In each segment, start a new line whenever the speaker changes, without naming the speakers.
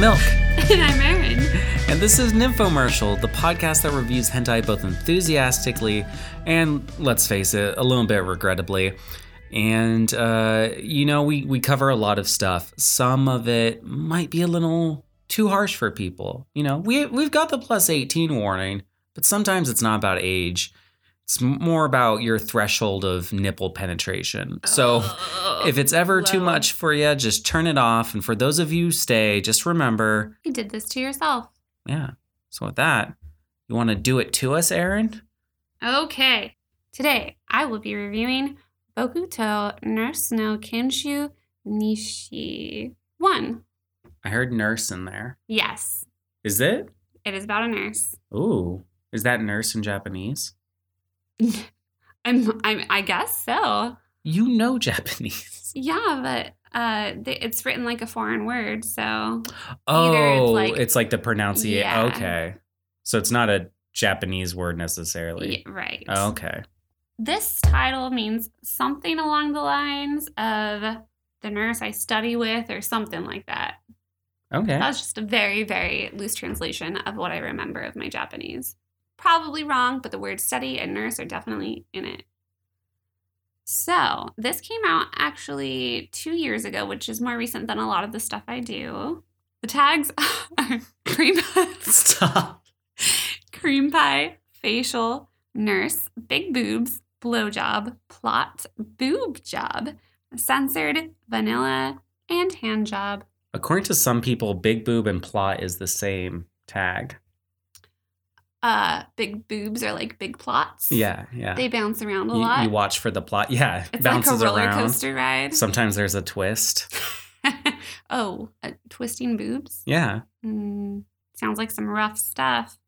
Milk,
And I'm Erin.
and this is Nymphomercial, the podcast that reviews hentai both enthusiastically and, let's face it, a little bit regrettably. And, uh, you know, we, we cover a lot of stuff. Some of it might be a little too harsh for people. You know, we, we've got the plus 18 warning, but sometimes it's not about age. It's m- more about your threshold of nipple penetration. So
Oh,
if it's ever too
Low.
much for you, just turn it off. And for those of you who stay, just remember,
you did this to yourself.
yeah. So with that, you want to do it to us, Aaron?
Okay. Today, I will be reviewing Bokuto Nurse no Kenshu Nishi 1.
I heard nurse in there.
Yes,
Is it?
it is about a nurse.
Ooh, is that nurse in Japanese?
I'm, I'm, I guess so.
You know Japanese.
Yeah, but uh, th- it's written like a foreign word, so Either it's
Oh, it's like,
like-
the pronunciation.
Yeah.
Okay. So it's not a Japanese word necessarily.
yeah, right.
Okay.
This title means something along the lines of the nurse I study with or something like that.
Okay.
That was just a very, very loose translation of what I remember of my Japanese. Probably wrong, but the words study and nurse are definitely in it. So, this came out actually two years ago, which is more recent than a lot of the stuff I do. The tags are cream
Stop.
cream pie, facial, nurse, big boobs, blowjob, plot, boob job, censored, vanilla, and hand job.
According to some people, big boob and plot is the same tag.
Uh, big boobs are like big plots.
Yeah, yeah.
They bounce around a
You-
lot.
You, watch for the plot. Yeah, it
it's
bounces
like a roller
around.
coaster ride.
Sometimes there's a twist.
oh, uh, twisting boobs?
Yeah.
Mm, sounds like some rough stuff.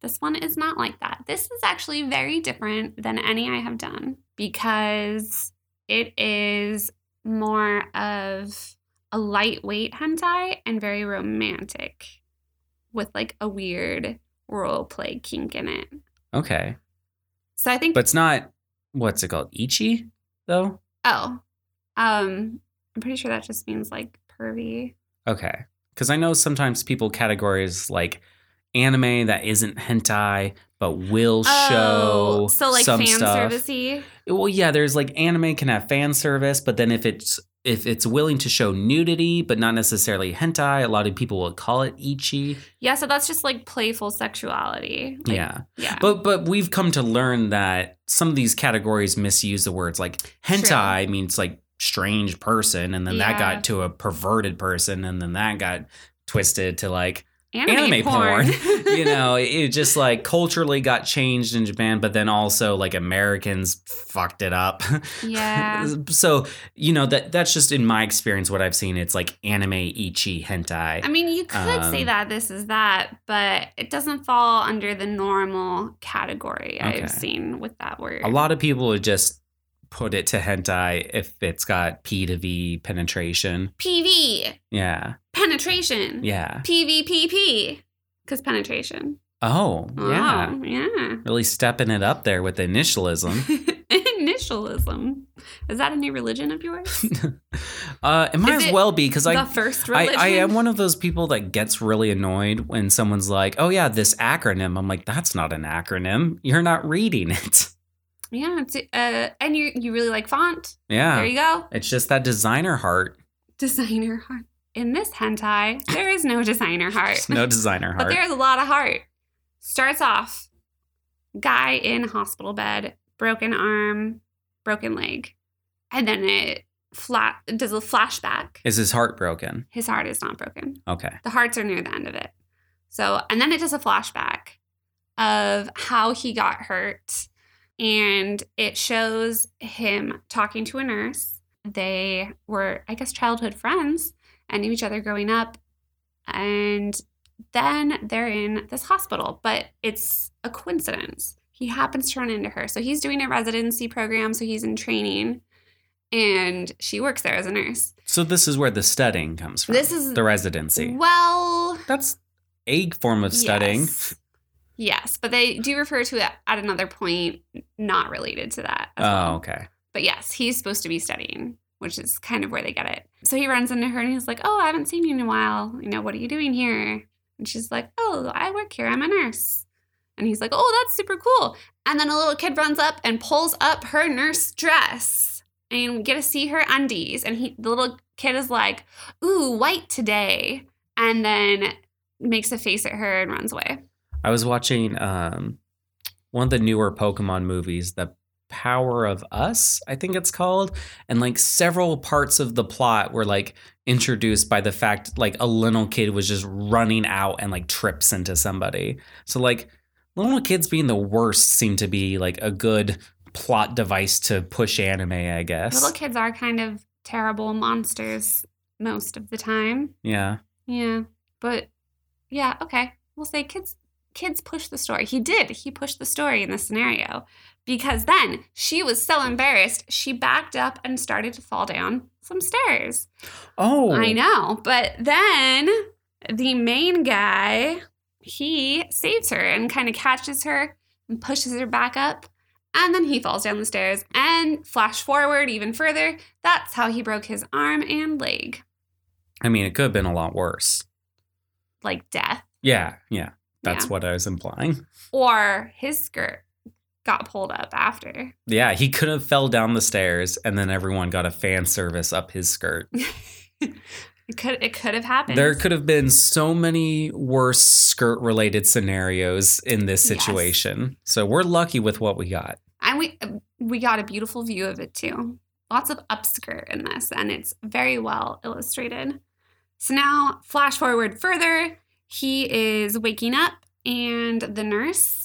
This one is not like that. This is actually very different than any I have done because it is more of a lightweight hentai and very romantic with like a weird role play kink in it.
Okay.
So I think
But it's not, what's it called? Ichi, though?
Oh, um, I'm pretty sure that just means like pervy.
Okay. Because I know sometimes people categorize like anime that isn't hentai, but will show
Oh, so like
some
fan
stuff.
servicey.
Well, yeah, there's like anime can have fan service, but then if it's if it's willing to show nudity, but not necessarily hentai, a lot of people will call it ichi.
Yeah, so that's just like playful sexuality. Like,
Yeah.
yeah.
But but we've come to learn that some of these categories misuse the words. Like hentai means like strange person, and then that
Yeah.
got to a perverted person, and then that got twisted to like
anime,
anime porn, you
you know.
know it just like culturally got changed in Japan, but then also like Americans fucked it up.
Yeah.
so you know that that's just in my experience what I've seen. It's like anime ichi hentai.
I mean, you could say
Um,
that this is that, but it doesn't fall under the normal category
Okay.
I've seen with that word.
A lot of people would just put it to hentai if it's got P to V penetration.
PV
Yeah.
penetration.
Yeah.
PVPP because penetration.
Oh, yeah.
Oh, yeah.
Really stepping it up there with initialism.
Initialism. Is that a new religion of yours?
uh, it might
Is
as
it
well be because
the
I,
first
I,
religion.
I am one of those people that gets really annoyed when someone's like, oh, yeah, this acronym. I'm like, that's not an acronym. You're not reading it.
Yeah, it's, uh, and you you really like font. There
Yeah.
you go,
It's just that designer heart.
designer heart. In this hentai, there is no designer heart,
There's no designer
but
heart.
there's a lot of heart. Starts off, guy in hospital bed, broken arm, broken leg, and then it flat it does a flashback.
Is his heart broken?
His heart is not broken.
Okay.
the hearts are near the end of it. So, and then it does a flashback of how he got hurt. And it shows him talking to a nurse. They were, I guess, childhood friends and knew each other growing up. And then they're in this hospital, but it's a coincidence. He happens to run into her. So he's doing a residency program, so he's in training. And she works there as a nurse.
So this is where the studying comes from.
This is-
the residency.
Well,
That's a form of studying.
Yes. Yes, but they do refer to it at another point not related to that. as
Oh,
well.
okay.
But yes, he's supposed to be studying which is kind of where they get it. So he runs into her and he's like, Oh, I haven't seen you in a while. You know, what are you doing here? And she's like, Oh, I work here. I'm a nurse. And he's like, Oh, that's super cool. And then a little kid runs up and pulls up her nurse dress. And we get to see her undies. And he the little kid is like, Ooh, white today. And then makes a face at her and runs away.
I was watching um, one of the newer Pokemon movies, The Power of Us, I think it's called, and like several parts of the plot were like introduced by the fact like a little kid was just running out and like trips into somebody. So like little kids being the worst seem to be like a good plot device to push anime, I guess.
Little kids are kind of terrible monsters most of the time.
yeah.
Yeah. But yeah, okay. We'll say kids kids push the story. He did. He pushed the story in this scenario because then she was so embarrassed, she backed up and started to fall down some stairs.
Oh,
I know. But then the main guy, he saves her and kind of catches her and pushes her back up. And then he falls down the stairs and flash forward even further. That's how he broke his arm and leg,
I mean, it could have been a lot worse.
like death.
Yeah, yeah. That's
Yeah.
what I was implying.
Or his skirt got pulled up after.
Yeah, he could have fell down the stairs and then everyone got a fan service up his skirt.
It could it could have happened.
There could have been so many worse skirt related scenarios in this
Yes.
situation. So we're lucky with what we got.
and we we got a beautiful view of it too. Lots of upskirt in this, and it's very well illustrated. So now, flash forward further, he is waking up, and the nurse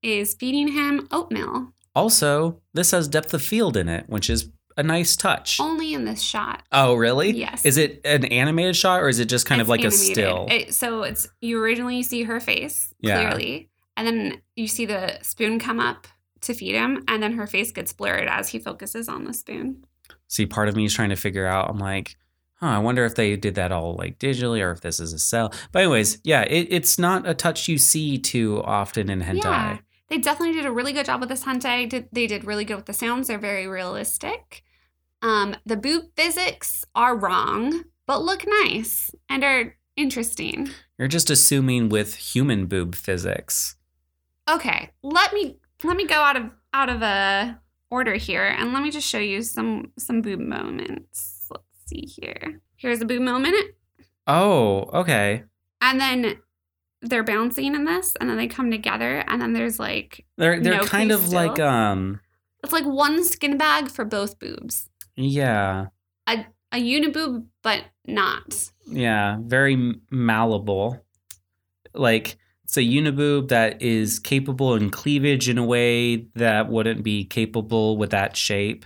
is feeding him oatmeal.
Also, this has depth of field in it, which is a nice touch. Oh,
Only in this shot,
really?
yes.
Is it an animated shot or is it just kind of
It's
like a
animated.
still?
It- so it's you originally see her face
Yeah.
clearly, and then you see the spoon come up to feed him, and then her face gets blurred as he focuses on the spoon.
See, part of me is trying to figure out, I'm like, huh, I wonder if they did that all like digitally or if this is a cell. But, anyways, yeah, it, it's not a touch you see too often in hentai.
Yeah. They definitely did a really good job with this hentai. Did they did really good with the sounds? They're very realistic. Um, the boob physics are wrong, but look nice and are interesting.
You're just assuming with human boob physics.
Okay, let me let me go out of out of a order here, and let me just show you some some boob moments. Let's see here. Here's a boob moment,
Oh, okay.
and then they're bouncing in this, and then they come together, and then there's like
They're they're
No
kind
crease
of like
still?
um
it's like one skin bag for both boobs.
yeah.
a uniboob, but not.
Yeah, very m- malleable. Like it's a uniboob that is capable in cleavage in a way that wouldn't be capable with that shape.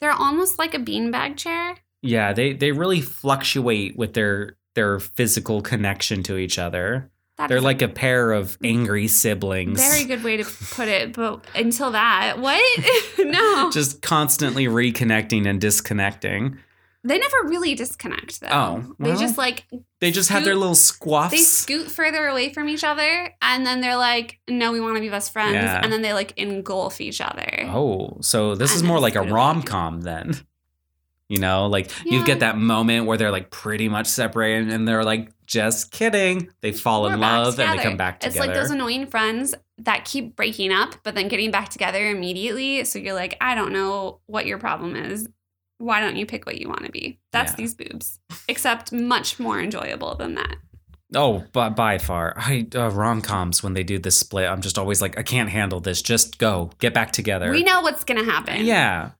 They're almost like a beanbag chair.
Yeah, they they really fluctuate with their their physical connection to each other.
That's
They're like a pair of angry siblings.
very good way to put it, but until that, what? no.
Just constantly reconnecting and disconnecting.
they never really disconnect though.
Oh,
they
well.
just like
They just have their
Scoot-
little squaffs.
they scoot further away from each other and then they're like, no, we want to be best friends.
Yeah.
And then they like engulf each other.
Oh, so this is
And
more
it's
like a
good.
rom com then. You know, like you
Yeah.
get that moment where they're like pretty much separated and they're like, just kidding. They fall
We're
in
back
love and they
together.
come back together.
It's like those annoying friends that keep breaking up, but then getting back together immediately. So you're like, I don't know what your problem is. Why don't you pick what you want to be? That's
Yeah.
these boobs, except much more enjoyable than that.
oh, by, by far. I uh, rom coms when they do this split, I'm just always like, I can't handle this. Just go, get back together.
We know what's gonna happen.
Yeah,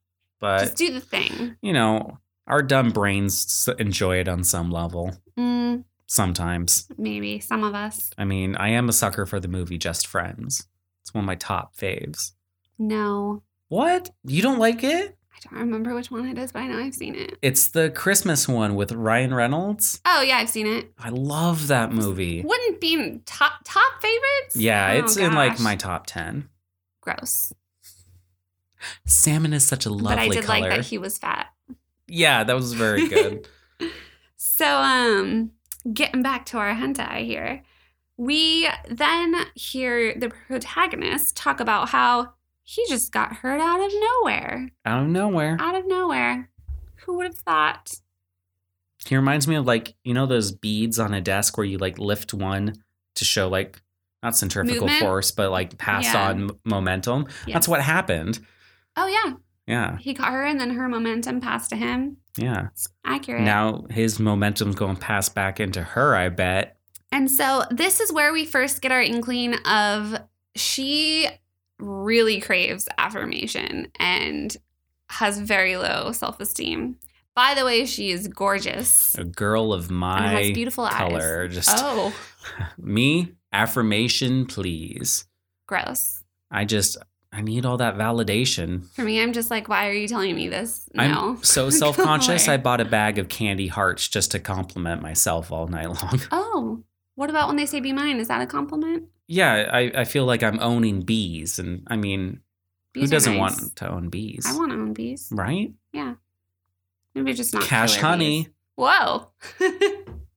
but
just do the thing.
you know, our dumb brains s- enjoy it on some level
Mm,
sometimes.
maybe some of us.
I mean, I am a sucker for the movie Just Friends. It's one of my top faves.
No,
What? You don't like it?
I don't remember which one it is, but I know I've seen it.
It's the Christmas one with Ryan Reynolds.
Oh yeah, I've seen it.
I love that movie.
Wouldn't be in top top favorites.
Yeah,
Oh,
it's in like
gosh.
my top 10.
gross.
Salmon is such a lovely
but I did
color.
like that he was fat.
yeah, that was very good.
So, um, getting back to our hentai here, we then hear the protagonist talk about how he just got hurt out of nowhere.
Out of nowhere.
Out of nowhere. Who would have thought?
He reminds me of like you know those beads on a desk where you like lift one to show like not centrifugal
Movement?
force but like pass
Yeah.
on m- momentum. That's
Yes.
what happened.
Oh yeah,
Yeah,
he got her, and then her momentum passed to him.
yeah.
It's accurate.
Now his momentum's going to pass back into her. I bet.
And so this is where we first get our inkling of she really craves affirmation and has very low self esteem. By the way, she is gorgeous
A girl of
and has
my
beautiful eyes.
color. Just
Oh,
me affirmation, please.
gross.
I just I need all that validation.
For me, I'm just like, why are you telling me this now?
I'm so self conscious.
away.
I bought a bag of candy hearts just to compliment myself all night long.
Oh, what about when they say be mine? Is that a compliment?
Yeah, I, I feel like I'm owning bees. And I mean,
Bees
who
are
doesn't
nice.
want to own bees?
I want to own bees.
right?
Maybe just not
Cash
killer bees.
honey.
Whoa.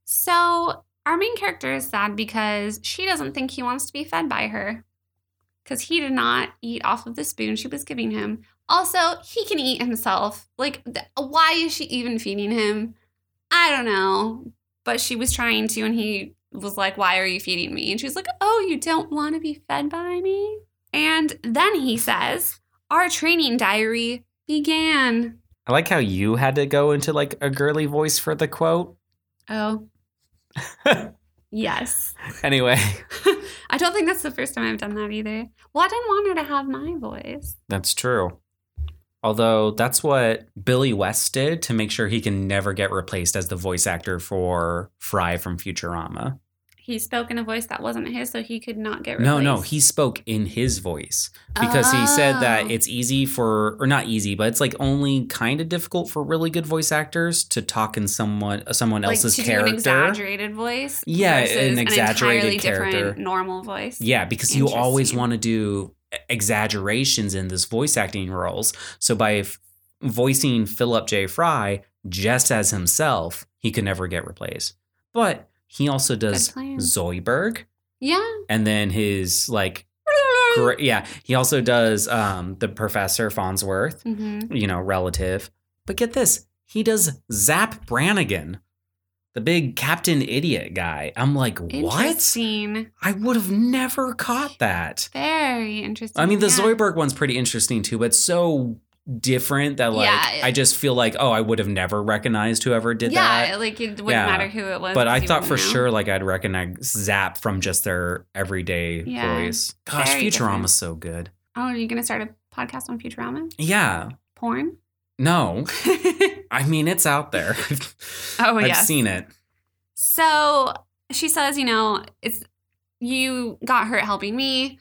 so our main character is sad because she doesn't think he wants to be fed by her because he did not eat off of the spoon she was giving him. Also, he can eat himself. Like, th- why is she even feeding him? I don't know. But she was trying to, and he was like, Why are you feeding me? And she was like, Oh, you don't want to be fed by me? And then he says, Our training diary began.
I like how you had to go into like a girly voice for the quote.
Oh. yes.
Anyway,
I don't think that's the first time I've done that either. Well, I didn't want her to have my voice.
that's true. Although that's what Billy West did to make sure he can never get replaced as the voice actor for Fry from Futurama.
He spoke in a voice that wasn't his, so he could not get
No,
replaced.
no, he spoke in his voice. because he said
Oh.
that it's easy for or not easy but it's like only kind of difficult for really good voice actors to talk in someone someone
like
else's
to do an
character
exaggerated voice.
Yeah, an
versus
exaggerated
entirely different
character.
normal voice.
yeah because you always
Interesting.
want to do e-, exaggerations in this voice acting roles so by f- voicing philip j fry just as himself he could never get replaced but he also does
Good plan.
zoidberg
yeah.
and then his like gra- yeah he also does um the professor fonsworth
Mhm.
you know, relative. But get this, he does Zap Brannigan, the big Captain Idiot guy. I'm like, what?
Interesting.
I would have never caught that.
Very interesting.
I mean, the
yeah.
Zoidberg one's pretty interesting too, but it's so different that like
Yeah, it-
I just feel like, oh, I would have never recognized whoever did
yeah,
that.
like it wouldn't
Yeah.
matter who it was.
But I
'cause you
thought for
wouldn't know.
sure like I'd recognize Zap from just their everyday
Yeah.
voice. Gosh,
Very
Futurama's
different.
so good.
Oh, are you gonna start a podcast on Futurama?
Yeah.
Porn?
No. I mean, it's out there.
Oh,
I've
yes.
seen it.
So she says, you know, it's you got hurt helping me.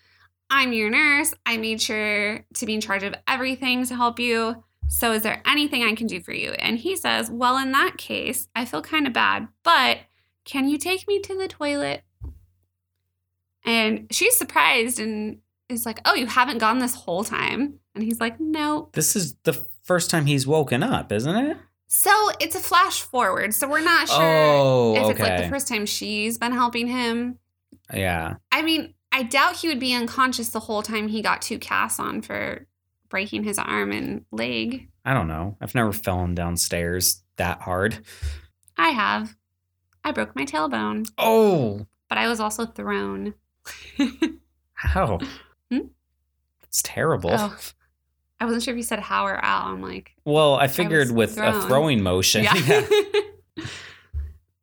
I'm your nurse. I made sure to be in charge of everything to help you. So is there anything I can do for you? And he says, well, in that case, I feel kind of bad, but can you take me to the toilet? And she's surprised and is like, oh, you haven't gone this whole time. And he's like, no,
This is the first time he's woken up, isn't it?
So it's a flash forward. So we're not sure
oh,
if
okay.
it's like the first time she's been helping him.
yeah.
I mean, I doubt he would be unconscious the whole time he got two casts on for breaking his arm and leg.
I don't know. I've never fallen downstairs that hard.
I have. I broke my tailbone,
Oh,
but I was also thrown.
how?
Hmm?
It's terrible.
Oh. I wasn't sure if you said how or ow. I'm like,
Well, I figured
was
with a
thrown.
throwing motion.
yeah.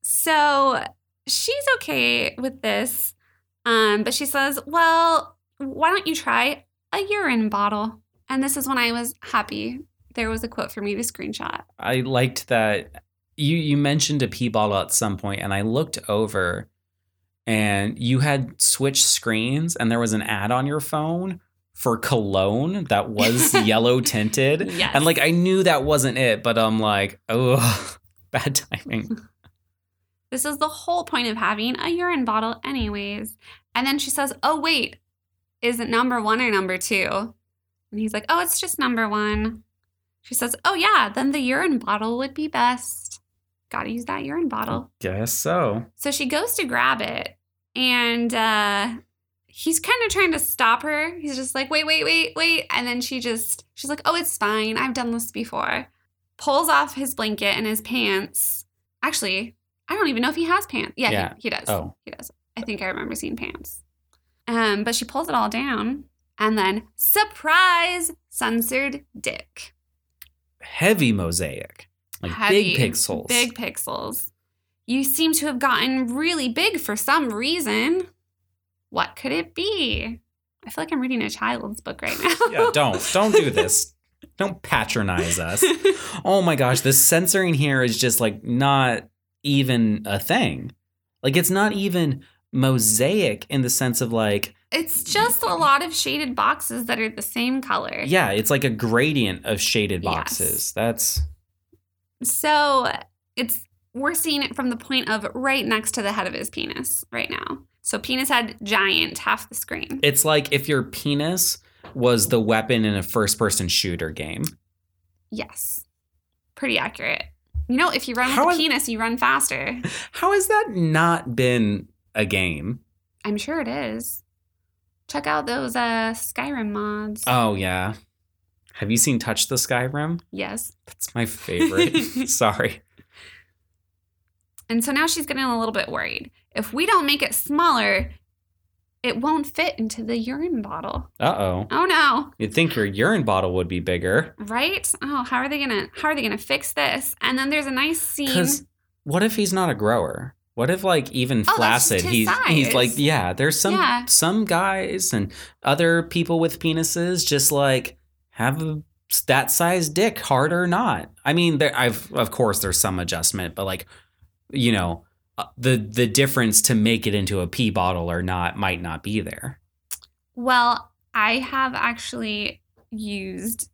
so she's okay with this, um, but she says, "Well, why don't you try a urine bottle?" And this is when I was happy. There was a quote for me to screenshot.
I liked that you you mentioned a pee bottle at some point, and I looked over, and you had switched screens, and there was an ad on your phone for cologne that was yellow tinted.
Yes.
And like I knew that wasn't it, but I'm like, oh, bad timing.
This is the whole point of having a urine bottle, anyways. And then she says, Oh, wait, is it number one or number two? And he's like, Oh, it's just number one. She says, Oh, yeah, then the urine bottle would be best. Gotta use that urine bottle.
Guess so.
So she goes to grab it, and uh, he's kind of trying to stop her. He's just like, Wait, wait, wait, wait. And then she just, she's like, Oh, it's fine. I've done this before. pulls off his blanket and his pants. Actually, I don't even know if he has pants. Yeah,
Yeah.
He, he does.
Oh.
He does. I think I remember seeing pants. Um, but she pulls it all down and then surprise censored dick.
Heavy mosaic, like big
Heavy,
pixels.
Big pixels. You seem to have gotten really big for some reason. What could it be? I feel like I'm reading a child's book right now.
yeah, don't don't do this. Don't patronize us. Oh my gosh, the censoring here is just like not even a thing. Like it's not even mosaic in the sense of like
It's just a lot of shaded boxes that are the same color.
yeah, it's like a gradient of shaded
Yes.
boxes. That's
So it's we're seeing it from the point of right next to the head of his penis right now. So penis head giant half the screen.
it's like if your penis was the weapon in a first person shooter game.
Yes. Pretty accurate. You know, if you run with
How
the
is-
penis, you run faster.
How has that not been a game?
I'm sure it is. Check out those uh Skyrim mods.
Oh yeah. Have you seen Touch the Skyrim?
yes.
That's my favorite. Sorry.
And so now she's getting a little bit worried. If we don't make it smaller, it won't fit into the urine bottle.
Uh-oh.
Oh no.
You'd think your urine bottle would be bigger.
right oh how are they gonna how are they gonna fix this and then there's a nice scene
Because what if he's not a grower? What if like even
Oh, that's
flaccid?
just his
He's he's
size.
like yeah. There's some
Yeah.
some guys and other people with penises just like have a that size dick, hard or not. I mean, there I've of course there's some adjustment, but like you know uh, the the difference to make it into a pee bottle or not might not be there.
well i have actually used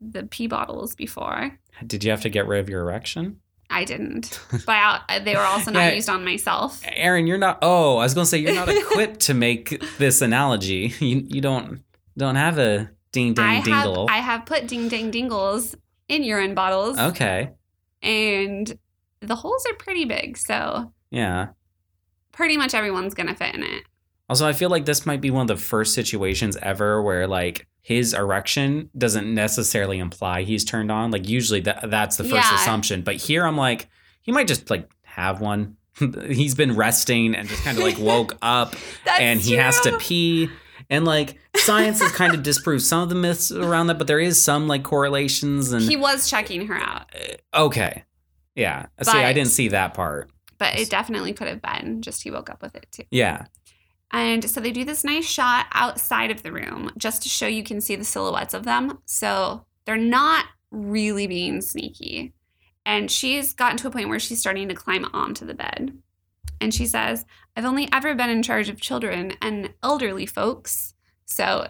the pee bottles before
Did you have to get rid of your erection?
i didn't but I, uh, they were also not
Yeah.
used on myself
Aaron, you're not. Oh, I was gonna say you're not equipped to make this analogy. You you don't don't have a ding
I
ding
have
dingle.
i have put ding dang dingles in urine bottles
okay,
and the holes are pretty big so
yeah.
pretty much everyone's gonna fit in it
Also, I feel like this might be one of the first situations ever where like his erection doesn't necessarily imply he's turned on. Like usually that that's the first
Yeah.
assumption, but here I'm like he might just like have one. he's been resting and just kind of like woke up
That's
and he has to
true.
pee. And like science has kind of disproved some of the myths around that, but there is some like correlations and
he was checking her out
okay, yeah. see, I
But-
didn't see that part.
but it definitely could have been just he woke up with it too
Yeah,
And so they do this nice shot outside of the room just to show you can see the silhouettes of them. So they're not really being sneaky. And she's gotten to a point where she's starting to climb onto the bed. And she says, I've only ever been in charge of children and elderly folks. So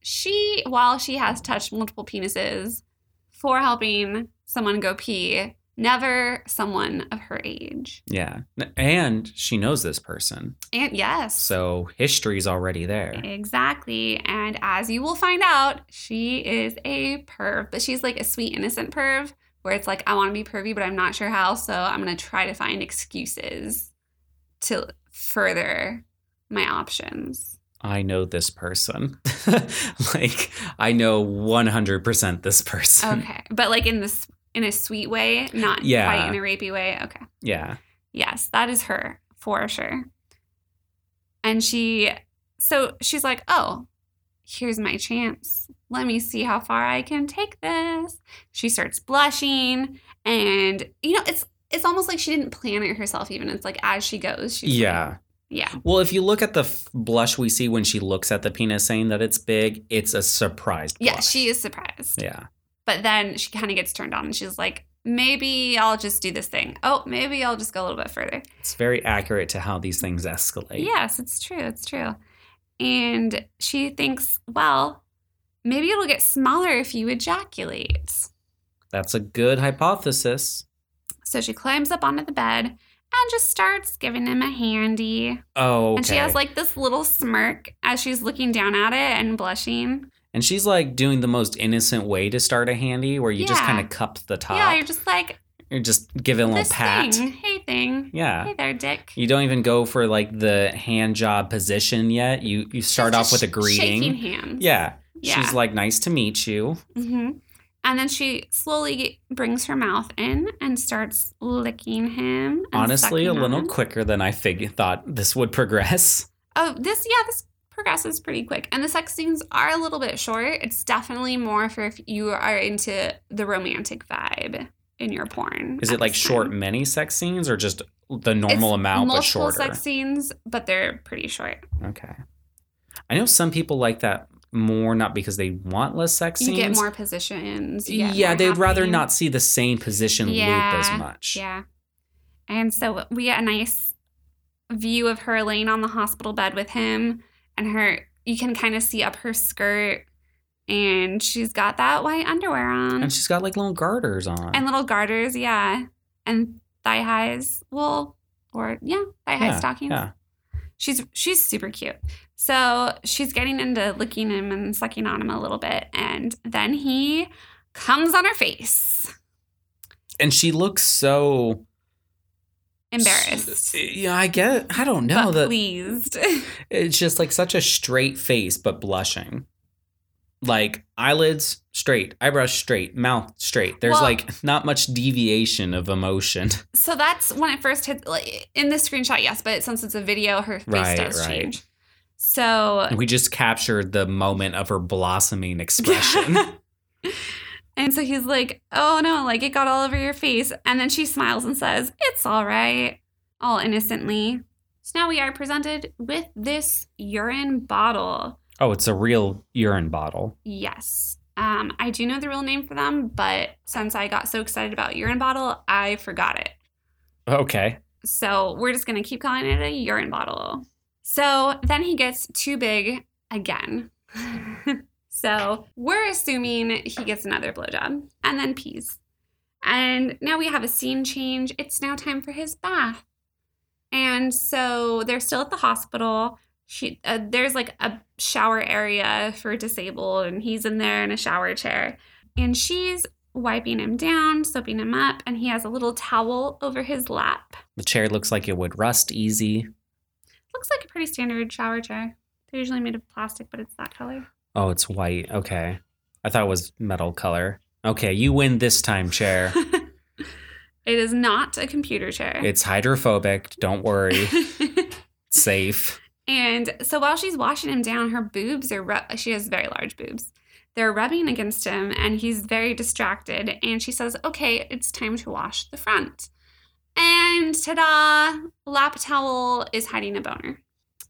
she, while she has touched multiple penises for helping someone go pee, never someone of her age.
yeah. And she knows this person,
And yes.
so history's already there.
Exactly. And as you will find out, she is a perv, but she's like a sweet, innocent perv where it's like, I want to be pervy, but I'm not sure how. So I'm going to try to find excuses to further my options.
I know this person. like I know 100% this person.
Okay. but like in this, in a sweet way, not
Yeah.
quite in a rapey way. Okay.
Yeah.
Yes, that is her for sure. And she, so she's like, oh, here's my chance. Let me see how far I can take this. She starts blushing, and you know, it's it's almost like she didn't plan it herself. Even it's like as she goes, she's like-
Yeah.
yeah,
Well, if you look at the f- blush we see when she looks at the penis saying that it's big, it's a surprised
yeah.
blush.
She is surprised,
Yeah.
but then she kind of gets turned on, and she's like, maybe I'll just do this thing. Oh, maybe I'll just go a little bit further.
It's very accurate to how these things escalate.
Yes, it's true. It's true. And she thinks, well, maybe it'll get smaller if you ejaculate.
That's a good hypothesis.
So she climbs up onto the bed and just starts giving him a handy.
Oh, okay.
And she has like this little smirk as she's looking down at it and blushing.
And she's like doing the most innocent way to start a handy where you just
Yeah.
kind of cup the top.
Yeah, you're just like,
You're just giving a little
this
pat.
thing. Hey, thing.
Yeah.
Hey there, dick.
You don't even go for like the hand job position yet. You you start
She's
off with
just
a
Shaking
greeting.
hands.
Yeah.
Yeah.
She's like, nice to meet you.
hmm And then she slowly brings her mouth in and starts licking him. and
Honestly, a
sucking on
little
him.
quicker than I fig- thought this would progress.
Oh, this yeah, this progresses pretty quick, and the sex scenes are a little bit short. It's definitely more for if you are into the romantic vibe in your porn.
Is
at
it like
this
short
time.
mini sex scenes or just the normal
It's
amount but
Multiple
shorter?
sex scenes, but they're pretty short.
Okay. I know some people like that more, not because they want less sex
You
scenes.
get more positions. you
yeah,
get more
they'd rather
happening.
not see the same position loop
Yeah,
as much.
Yeah, and so we get a nice view of her laying on the hospital bed with him, and her. You can kind of see up her skirt, and she's got that white underwear on.
And she's got like little garters on.
And little garters, yeah. And thigh highs. Well, or yeah, thigh high
Yeah,
stockings.
yeah.
She's she's super cute. So she's getting into licking him and sucking on him a little bit. And then he comes on her face.
and she looks so
Embarrassed.
Yeah, I get. I don't know
but
that
pleased.
it's just like such a straight face, but blushing. Like eyelids straight, eyebrows straight, mouth straight. There's
Well-
like not much deviation of emotion.
so that's when it first hit like in the screenshot, yes, but since it's a video, her face
Right,
does
right.
change. So
We just captured the moment of her blossoming expression.
And so he's like, oh no, like it got all over your face. And then she smiles and says, it's all right, all innocently. So now we are presented with this urine bottle.
oh, it's a real urine bottle.
Yes. Um, I do know the real name for them, but since I got so excited about urine bottle, I forgot it.
Okay.
So we're just going to keep calling it a urine bottle. So then he gets too big again. so we're assuming he gets another blowjob and then pees. And now we have a scene change. It's now time for his bath. And so they're still at the hospital. She, uh, there's like a shower area for disabled, and he's in there in a shower chair. And she's wiping him down, soaping him up, and he has a little towel over his lap.
The chair looks like it would rust easy.
Looks like a pretty standard shower chair. They're usually made of plastic, but it's that color.
Oh, it's white. Okay. I thought it was metal color. Okay, you win this time, chair.
it is not a computer chair.
it's hydrophobic. Don't worry. It's safe.
and so while she's washing him down, her boobs are, ru- she has very large boobs. They're rubbing against him, and he's very distracted. And she says, Okay, it's time to wash the front. And ta da, lap towel is hiding a boner.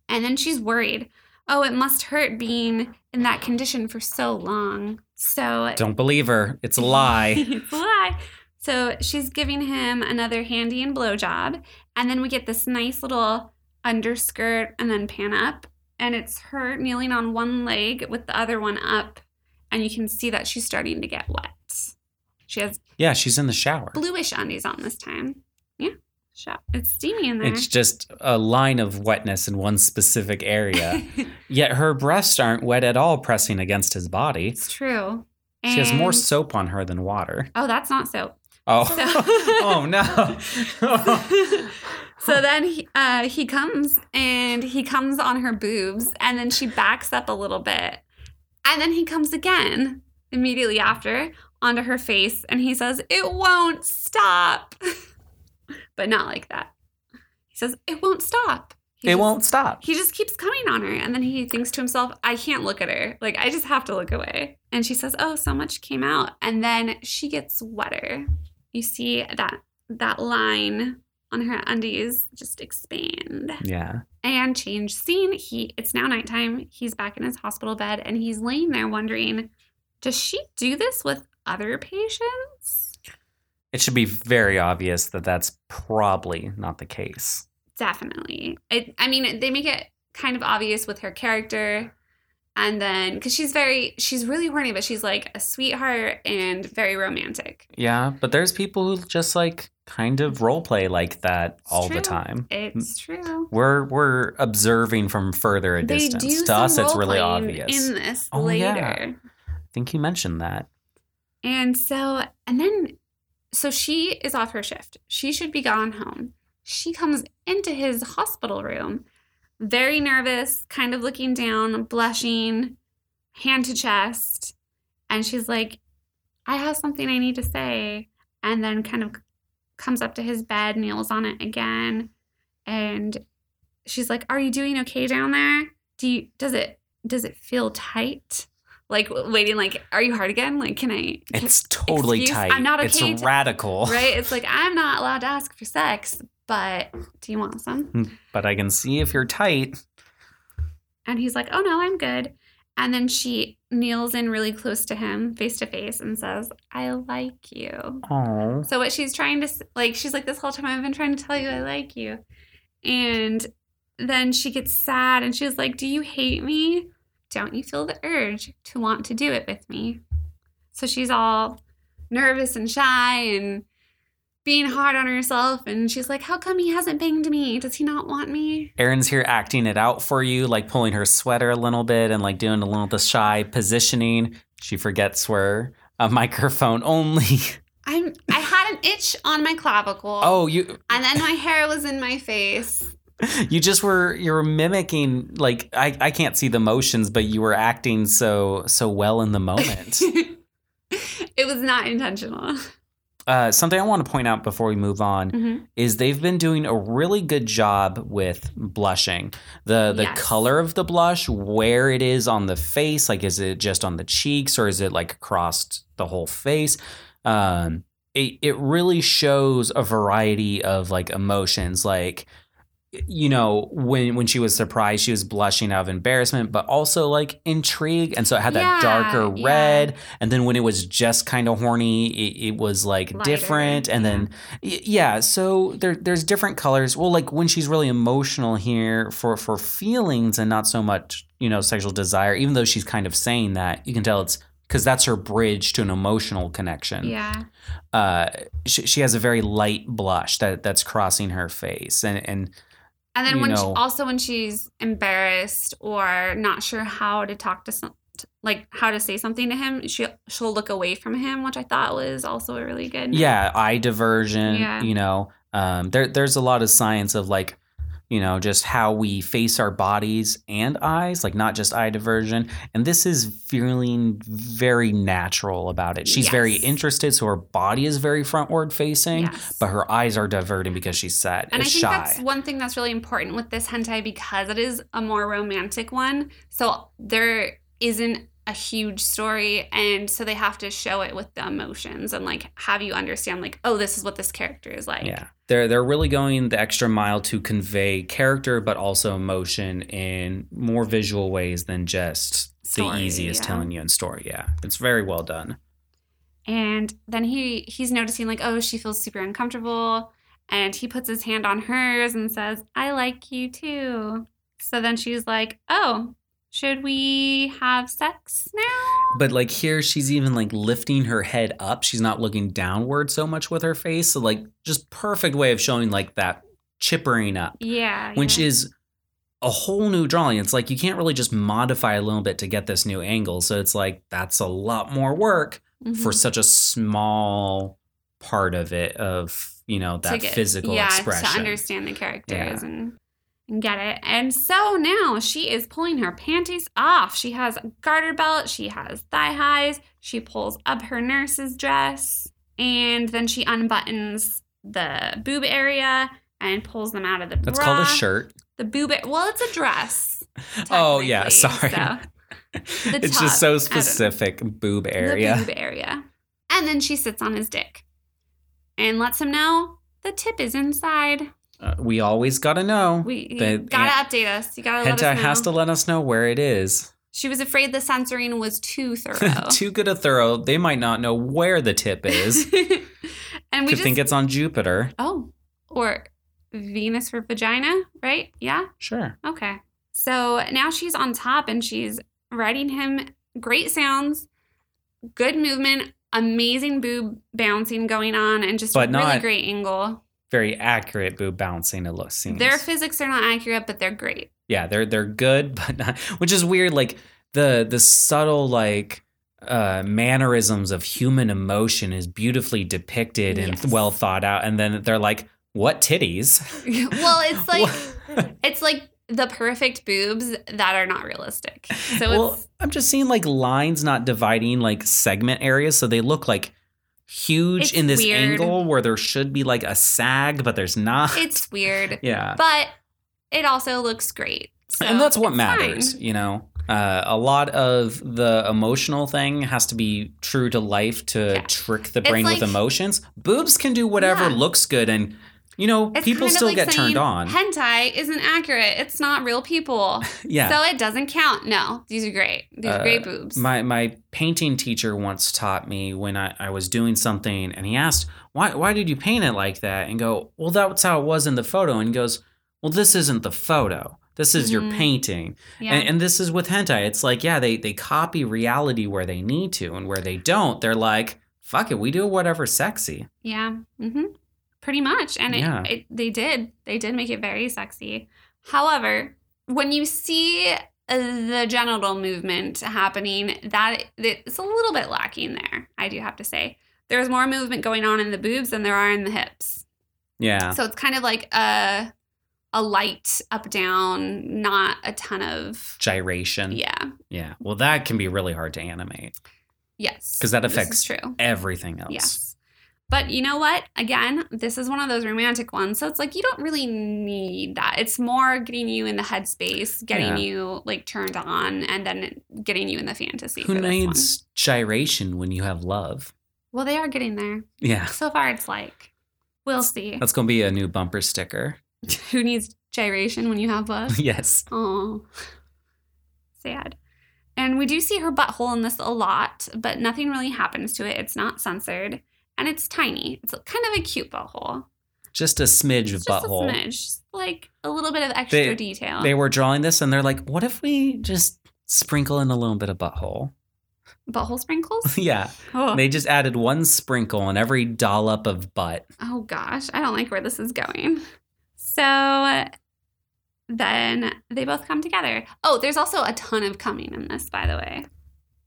And then she's worried. Oh, it must hurt being in that condition for so long. So
Don't believe her. It's a lie.
it's a lie. So she's giving him another handy and blowjob. And then we get this nice little underskirt and then pan up. And it's her kneeling on one leg with the other one up. And you can see that she's starting to get wet. She has
Yeah, she's in the shower.
bluish undies on this time. Yeah. Shut- It's steamy in there.
It's just a line of wetness in one specific area. Yet her breasts aren't wet at all pressing against his body.
it's true.
She has more
And-
soap on her than water.
Oh, that's not soap.
Oh,
So-
oh no.
so then he, uh, he comes and he comes on her boobs, and then she backs up a little bit. And then he comes again immediately after onto her face, and he says, It won't stop. but not like that. He says, It won't stop. He
it
just-
won't stop.
He just keeps coming on her. And then he thinks to himself, I can't look at her. Like, I just have to look away. And she says, Oh, so much came out. And then she gets wetter. You see that that line on her undies just expand
Yeah.
and change scene. He it's now nighttime. He's back in his hospital bed and he's laying there wondering, does she do this with other patients?
It should be very obvious that that's probably not the case.
Definitely. It, I mean, they make it kind of obvious with her character. And then, because she's very, she's really horny, but she's like a sweetheart and very romantic.
Yeah, but there's people who just like kind of role play like that
It's
all
true.
the time.
It's
Hmm.
true.
We're we're observing from further a distance. to us, it's really
role-playing
obvious.
in this
Oh, yeah.
later.
I think you mentioned that.
And so, and then, so she is off her shift. She should be gone home. She comes into his hospital room, very nervous, kind of looking down, blushing, hand to chest. And she's like, I have something I need to say. And then kind of comes up to his bed, kneels on it again. And she's like, Are you doing okay down there? Do you, does it, does it feel tight? Like waiting, like, are you hard again? Like, can I? can-
It's totally
Excuse-
tight.
I'm not okay
It's
to-
radical.
right? It's like I'm not allowed to ask for sex, but do you want some?
But I can see if you're tight.
And he's like, "Oh no, I'm good." And then she kneels in really close to him, face to face, and says, "I like you."
Oh.
So what she's trying to s- like, she's like, "This whole time I've been trying to tell you I like you," and then she gets sad and she's like, "Do you hate me? Don't you feel the urge to want to do it with me?" So she's all nervous and shy and being hard on herself, and she's like, "How come he hasn't banged me? Does he not want me?"
Erin's here acting it out for you, like pulling her sweater a little bit and like doing a little of the shy positioning. She forgets we're a microphone only.
I'm. I had an itch on my clavicle.
Oh, you
And then my hair was in my face.
you just were you were mimicking like I, I can't see the motions, but you were acting so so well in the moment.
it was not intentional.
uh, something I want to point out before we move on
hmm
is they've been doing a really good job with blushing. The the
Yes.
color of the blush, where it is on the face, like is it just on the cheeks or is it like across the whole face? Um it, it really shows a variety of like emotions like you know when when she was surprised she was blushing out of embarrassment but also like intrigue and so it had that
Yeah,
darker
yeah.
red and then when it was just kind of horny it, it was like
Lighter,
different and
yeah.
then Y- yeah so there, there's different colors well like when she's really emotional here for for feelings and not so much you know sexual desire even though she's kind of saying that you can tell it's because that's her bridge to an emotional connection
Yeah.
uh she, she has a very light blush that that's crossing her face and and
And then
you
when she,
know.
also when she's embarrassed or not sure how to talk to some like how to say something to him, she she'll look away from him, which I thought was also a really good
yeah eye diversion
Yeah.
you know um there there's a lot of science of like you know just how we face our bodies and eyes like not just eye diversion and this is feeling very natural about it she's very
Yes.
interested so her body is very frontward facing
Yes.
but her eyes are diverting because she's sad
and I
it's
think
shy
that's one thing that's really important with this hentai because it is a more romantic one. So there isn't a huge story and so they have to show it with the emotions and like have you understand like, oh, this is what this character is like.
yeah they're they're really going the extra mile to convey character but also emotion in more visual ways than just the
Story,
easiest
yeah.
telling you in story yeah it's very well done
and then he he's noticing like oh she feels super uncomfortable and he puts his hand on hers and says i like you too so then she's like oh should we have sex now
But like here, she's even like lifting her head up. She's not looking downward so much with her face. So like just perfect way of showing like that chippering up,
Oh, yeah
which is a whole new drawing. It's like you can't really just modify a little bit to get this new angle. So it's like that's a lot more work
Mm-hmm.
for such a small part of it of you know that physical
yeah, to
expression.
understand the characters and and get it. And so now she is pulling her panties off. She has a garter belt, she has thigh highs, she pulls up her nurse's dress, and then she unbuttons the boob area and pulls them out of the
That's
bra.
called a shirt.
The boob well, it's a dress.
Oh yeah,
technically,
sorry.
so
it's
top,
just so
I don't know.
specific boob
the
area.
boob area. And then she sits on his dick and lets him know the tip is inside.
Uh, we always gotta know.
We you
That-
gotta update us. You gotta let
Hentai
us know.
has to let us know where it is.
she was afraid the censoring was too thorough.
Too good a thorough, they might not know where the tip is.
and we
Could
just
think it's on Jupiter.
oh, or Venus for vagina, right? Yeah.
Sure.
Okay. So now she's on top and she's riding him. Great sounds, good movement, amazing boob bouncing going on, and just
But
really
not-
great angle.
Very accurate boob bouncing. It looks seems.
Their physics are not accurate, but they're great.
yeah, they're they're good, but not. Which is weird. Like the the subtle like uh mannerisms of human emotion is beautifully depicted and
Yes.
well thought out, and then they're like, "What titties?"
well, it's like
What-
It's like the perfect boobs that are not realistic. So
well,
it's
I'm just seeing like lines not dividing like segment areas, so they look like huge
It's
in this
weird.
angle where there should be like a sag, but there's not.
it's weird,
yeah,
but it also looks great. So
and that's what
it's
matters,
fine.
you know. Uh, a lot of the emotional thing has to be true to life to
Yeah.
trick the
It's
brain
like-
with emotions. Boobs can do whatever
Yeah.
looks good, and you know
It's
people
kind of
still
like
get
saying
turned on.
Hentai isn't accurate. It's not real people.
yeah,
So it doesn't count. No, these are great. These
Uh,
are great boobs.
My my painting teacher once taught me when I, I was doing something and he asked, Why why did you paint it like that? And go, Well, that's how it was in the photo. And he goes, Well, this isn't the photo. This is your
Mhm.
painting.
yeah.
And, and this is with hentai. It's like, yeah, they they copy reality where they need to, and where they don't, they're like, fuck it, we do whatever's sexy.
yeah. hmm Pretty much. And it,
Mm-hmm. Yeah.
it, they did. They did make it very sexy. However, when you see uh, the genital movement happening, that it's a little bit lacking there, I do have to say. There's more movement going on in the boobs than there are in the hips.
Yeah.
So it's kind of like a a light up down, not a ton of
Gyration.
yeah.
Yeah. Well, that can be really hard to animate
Yes.
because that
This is
affects
true.
everything else.
Yes. But you know what? Again, this is one of those romantic ones. So it's like you don't really need that. It's more getting you in the headspace, getting
Yeah.
you like turned on, and then getting you in the fantasy.
Who
for this one.
needs gyration when you have love?
Well, they are getting there.
Yeah.
So far, it's like, we'll see.
That's gonna be a new bumper sticker.
Who needs gyration when you have love?
yes.
Oh, sad. And we do see her butthole in this a lot, but nothing really happens to it. It's not censored, and it's tiny. It's kind of a cute butthole.
Just a smidge of
It's just a
butthole.
smidge, just like a little bit of extra
They-
detail.
They were drawing this and they're like, what if we just sprinkle in a little bit of butthole?
Butthole sprinkles.
yeah.
Oh.
They just added one sprinkle on every dollop of butt.
oh gosh, I don't like where this is going. So then they both come together. Oh, there's also a ton of coming in this, by the way.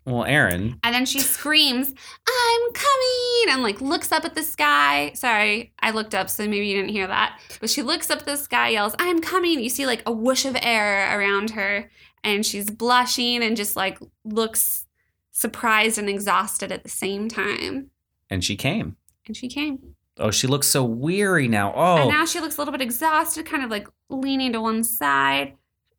Well, Aaron,
And then she screams, I'm coming, and like looks up at the sky. Sorry, I looked up, so maybe you didn't hear that. But she looks up at the sky, yells, I'm coming. You see like a whoosh of air around her, and she's blushing and just like looks surprised and exhausted at the same time.
and she came.
And she came.
Oh, she looks so weary now. Oh,
And now she looks a little bit exhausted, kind of like leaning to one side.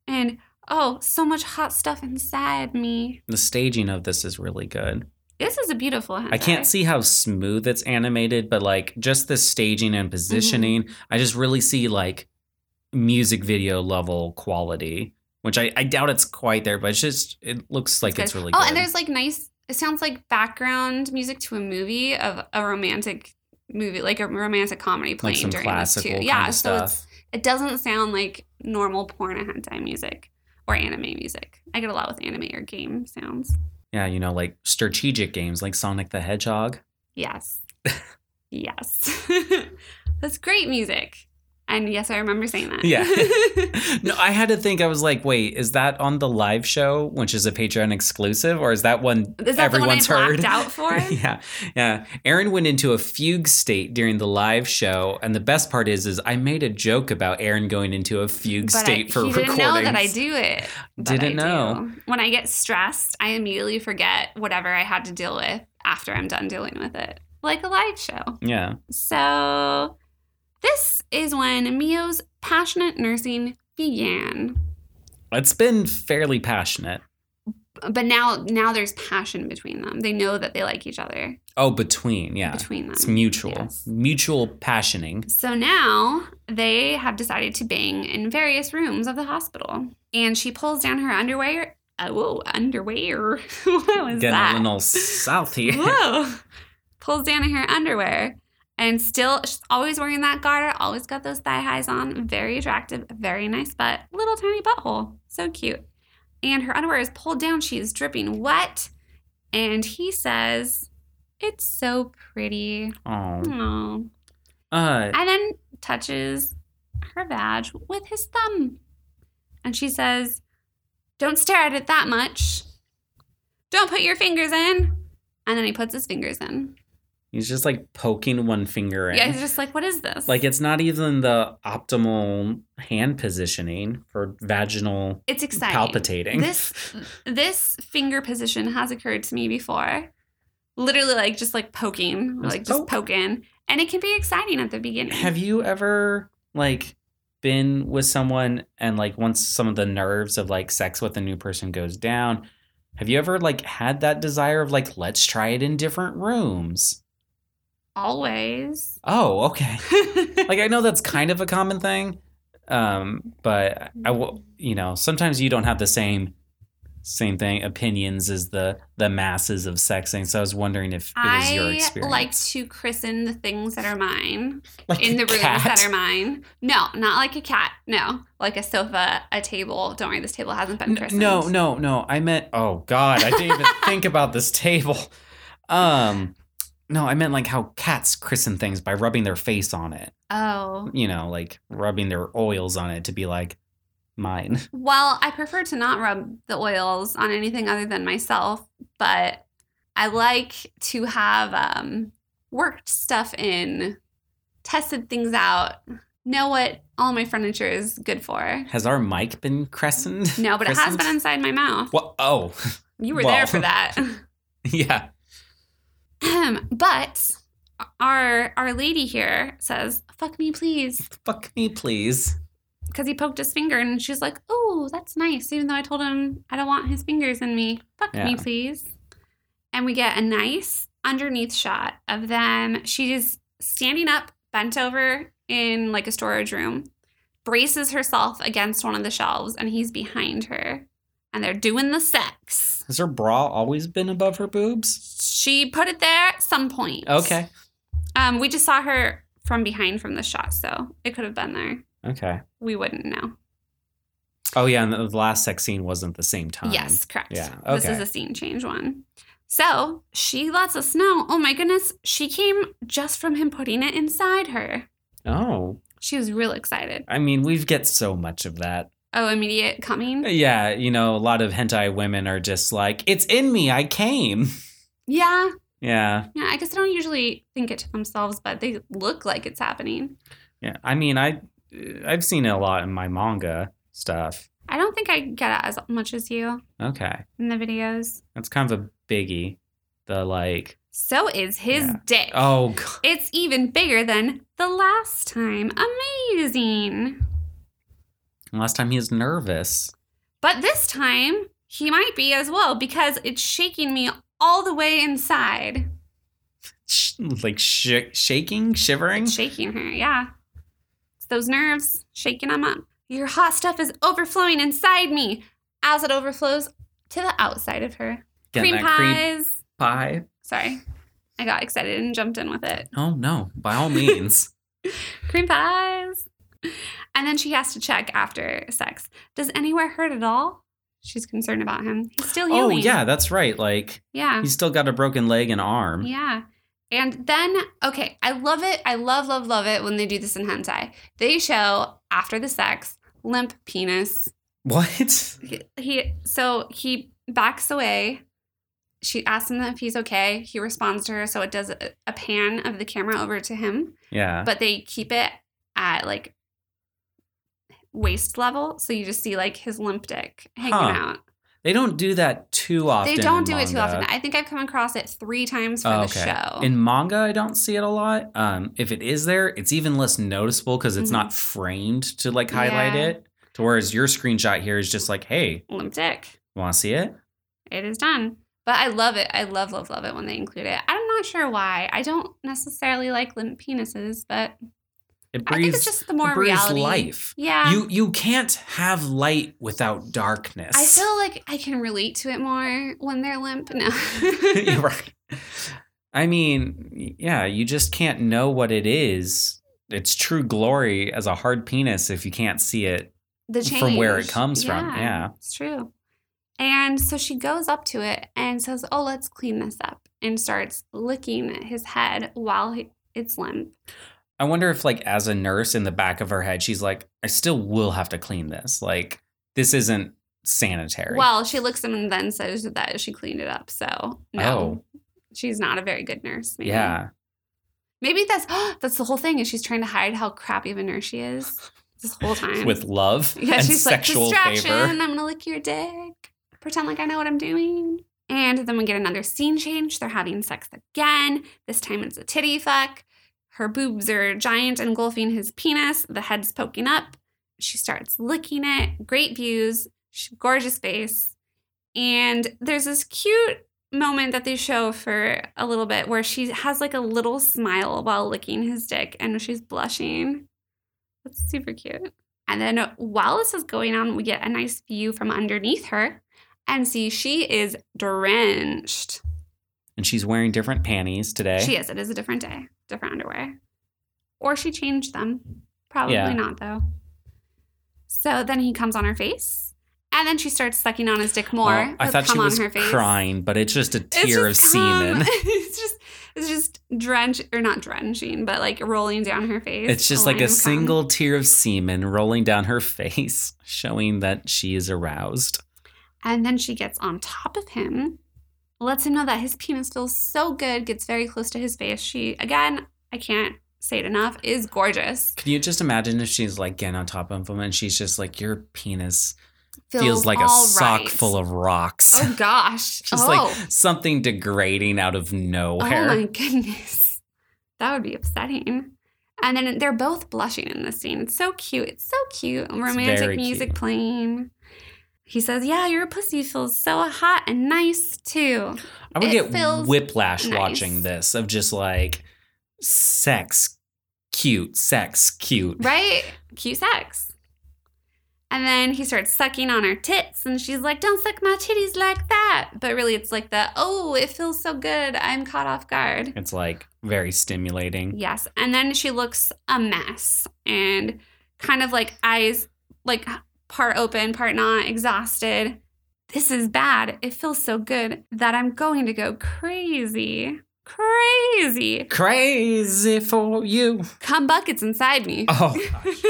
And oh, so much hot stuff inside me.
the staging of this is really good.
This is a beautiful hentai.
I can't see how smooth it's animated, but like just the staging and
Mm-hmm.
positioning, I just really see like music video level quality, which I, I doubt it's quite there, but it's just it looks like it's,
good.
really
oh,
good.
and there's like nice. It sounds like background music to a movie of a romantic movie, like a romantic comedy playing
some
during
classical
this
kind
too. Yeah,
of
so it's it doesn't sound like normal porn and hentai music or anime music. I get a lot with anime or game sounds.
yeah, you know, like strategic games like Sonic the Hedgehog.
Yes, yes, that's great music. And yes, I remember saying that.
Yeah. No, I had to think. I was like, wait, is that on the live show, which is a Patreon exclusive, or is that one
Is that
everyone's
the one I
heard?
blacked out for?
yeah, yeah. Aaron went into a fugue state during the live show, and the best part is, is I made a joke about Aaron going into a fugue
But I-
state for
he
recording.
didn't know that I do it. but I
Didn't know.
do. When I get stressed, I immediately forget whatever I had to deal with after I'm done dealing with it, like a live show.
Yeah,
So, this is when Mio's passionate nursing began.
it's been fairly passionate.
But now, now there's passion between them. They know that they like each other
Oh, between yeah,
between them.
it's mutual,
Yes.
mutual passioning.
So now they have decided to bang in various rooms of the hospital, and she pulls down her underwear. Oh, underwear! what was
Getting
that?
a little south here.
Whoa. Pulls down her underwear and still, she's always wearing that garter, always got those thigh highs on. Very attractive, very nice butt, little tiny butthole. So cute. And her underwear is pulled down. She is dripping wet. And he says, It's so pretty.
Oh,
Aw.
uh,
And then touches her vag with his thumb. And she says, Don't stare at it that much. Don't put your fingers in. And then he puts his fingers in.
He's just like poking one finger in.
Yeah, it's just like, what is this?
Like it's not even the optimal hand positioning for vaginal
it's exciting.
palpitating.
This this finger position has occurred to me before. Literally like just like poking,
Just
like just
poke.
poking. And it can be exciting at the beginning.
Have you ever like been with someone and like once some of the nerves of like sex with a new person goes down, have you ever like had that desire of like let's try it in different rooms?
Always.
Oh, okay. Like I know that's kind of a common thing. Um, but I will, you know, sometimes you don't have the same same thing opinions as the the masses of sexing. So I was wondering if it was your
I
experience.
like to christen the things that are mine
Like
in
a
the rooms
cat?
that are mine. No, not like a cat. No, like a sofa, a table. Don't worry, this table hasn't been
N-
christened.
No, no, no. I meant oh god, I didn't even think about this table. Um no, I meant like how cats christen things by rubbing their face on it.
Oh.
You know, like rubbing their oils on it to be like mine.
Well, I prefer to not rub the oils on anything other than myself, but I like to have um, worked stuff in, tested things out, know what all my furniture is good for.
Has our mic been crescent?
No, but it has been inside my mouth.
Well, oh,
You were
well.
there for that.
yeah.
Ahem, but our our lady here says, "Fuck me, please,"
Fuck me, please.
because he poked his finger, and she's like, "Oh, that's nice," even though I told him I don't want his fingers in me. Fuck me,
Yeah.
please. And we get a nice underneath shot of them. She's standing up, bent over in like a storage room, braces herself against one of the shelves, and he's behind her, and they're doing the sex.
Has her bra always been above her boobs?
She put it there at some point.
Okay.
Um, we just saw her from behind from the shot, so it could have been there.
Okay.
We wouldn't know.
Oh yeah, and the the last sex scene wasn't the same time.
Yes, correct.
Yeah,
This is
okay.
a scene change one. So she lets us know. Oh my goodness, she came just from him putting it inside her.
Oh,
She was real excited.
I mean, we get so much of that.
Oh, immediate coming.
Yeah, you know, a lot of hentai women are just like, "It's in me. I came."
Yeah,
Yeah.
yeah. I guess they don't usually think it to themselves, but they look like it's happening.
Yeah. I mean, I uh, I've seen it a lot in my manga stuff.
I don't think I get it as much as you
Okay.
in the videos.
That's kind of a biggie. The like,
So is his
Yeah.
dick.
oh, God.
It's even bigger than the last time. Amazing.
last time he was nervous.
But this time, he might be as well because it's shaking me all the way inside.
Sh- like sh- shaking, shivering.
It's shaking her, yeah. It's those nerves shaking them up. Your hot stuff is overflowing inside me as it overflows to the outside of her.
Getting
cream
that cream
pies.
pie.
Sorry. I got excited and jumped in with it.
Oh no! By all means.
Cream pies. And then she has to check after sex. Does anywhere hurt at all? She's concerned about him. He's still
oh
healing.
yeah, that's right. Like
Yeah.
he's still got a broken leg and arm.
Yeah. And then, okay, I love it. I love, love, love it when they do this in hentai. They show after the sex limp penis.
What?
He, he- so he backs away. She asks him if he's okay. He responds to her, so it does a, a pan of the camera over to him.
Yeah.
But they keep it at like waist level, so you just see like his limp dick hanging
Huh.
out.
they don't do that too often.
They don't
in
do it too
manga.
often. I think I've come across it three times for
Oh,
the show.
In manga, I don't see it a lot. Um, if it is there, it's even less noticeable because it's
Mhm.
not framed to like highlight
Yeah.
it. To whereas your screenshot here is just like, hey,
limp dick.
want to see it?
it is done. But I love it. I love, love, love it when they include it. I'm not sure why. I don't necessarily like limp penises, but
It
I think it's
breathes,
just the
it
more
breathes
reality.
life.
Yeah.
You you can't have light without darkness.
I feel like I can relate to it more when they're limp. No.
You're right. I mean, yeah, you just can't know what it is. It's true glory as a hard penis if you can't see it.
the change.
From where it comes from, yeah.
It's true. And so she goes up to it and says, Oh, let's clean this up. And starts licking his head while he, it's limp.
I wonder if, like, as a nurse in the back of her head, she's like, I still will have to clean this. Like, this isn't sanitary.
Well, she looks him and then says that she cleaned it up. So, no. She's not a very good nurse. Maybe.
Oh, yeah.
Maybe that's that's the whole thing is she's trying to hide how crappy of a nurse she is this whole time.
with love
yeah,
and
she's
sexual
like distraction. I'm
favor.
gonna lick your dick. Pretend like I know what I'm doing. And then we get another scene change. They're having sex again. This time it's a titty fuck. Her boobs are giant, engulfing his penis. The head's poking up. She starts licking it. Great views. She, gorgeous face. And there's this cute moment that they show for a little bit where she has like a little smile while licking his dick and she's blushing. That's super cute. And then while this is going on, we get a nice view from underneath her and see she is drenched.
And she's wearing different panties today.
She is. It is a different day, different underwear. Or she changed them. Probably
Yeah.
not, though. So then he comes on her face. And then she starts sucking on his dick more.
Well, Oh, I
with
thought she
cum on
was
her face.
crying, but it's just a
It's
tear of
just cum.
semen.
it's just it's just drench or not drenching, but like rolling down her face. Oh,
It's just like
line
a
of cum.
single tear of semen rolling down her face, showing that she is aroused.
And then she gets on top of him, lets him know that his penis feels so good, gets very close to his face. She, again, I can't say it enough, is gorgeous.
Can you just imagine if she's like getting on top of him and she's just like, your penis feels,
Feels,
like a
all
sock
right."
full of rocks?
Oh gosh.
just
oh.
like something degrading out of nowhere.
Oh my goodness. That would be upsetting. And then they're both blushing in this scene. It's so cute. It's so cute.
very
Romantic music
cute.
playing. He says, Yeah, your pussy feels so hot and nice too.
I would
It
get
feels
whiplash
nice.
watching this of just like sex cute, sex cute.
Right? Cute sex. And then he starts sucking on her tits, and she's like, Don't suck my titties like that. But really, it's like the, Oh, it feels so good. I'm caught off guard.
It's like very stimulating.
Yes. And then she looks a mess and kind of like eyes, like part open, part not, exhausted. This is bad. It feels so good that I'm going to go crazy. Crazy.
Crazy for you.
Come buckets inside me.
Oh, gosh.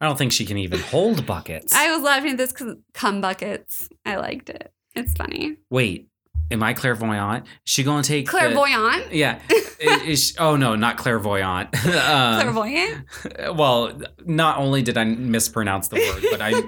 I don't think she can even hold buckets.
I was laughing at this because cum buckets. I liked it. It's funny.
Wait, am I clairvoyant? Is she going to take the-
Clairvoyant.
yeah. Is- is she- oh no, not clairvoyant. um,
Clairvoyant.
well, not only did I mispronounce the word, but I.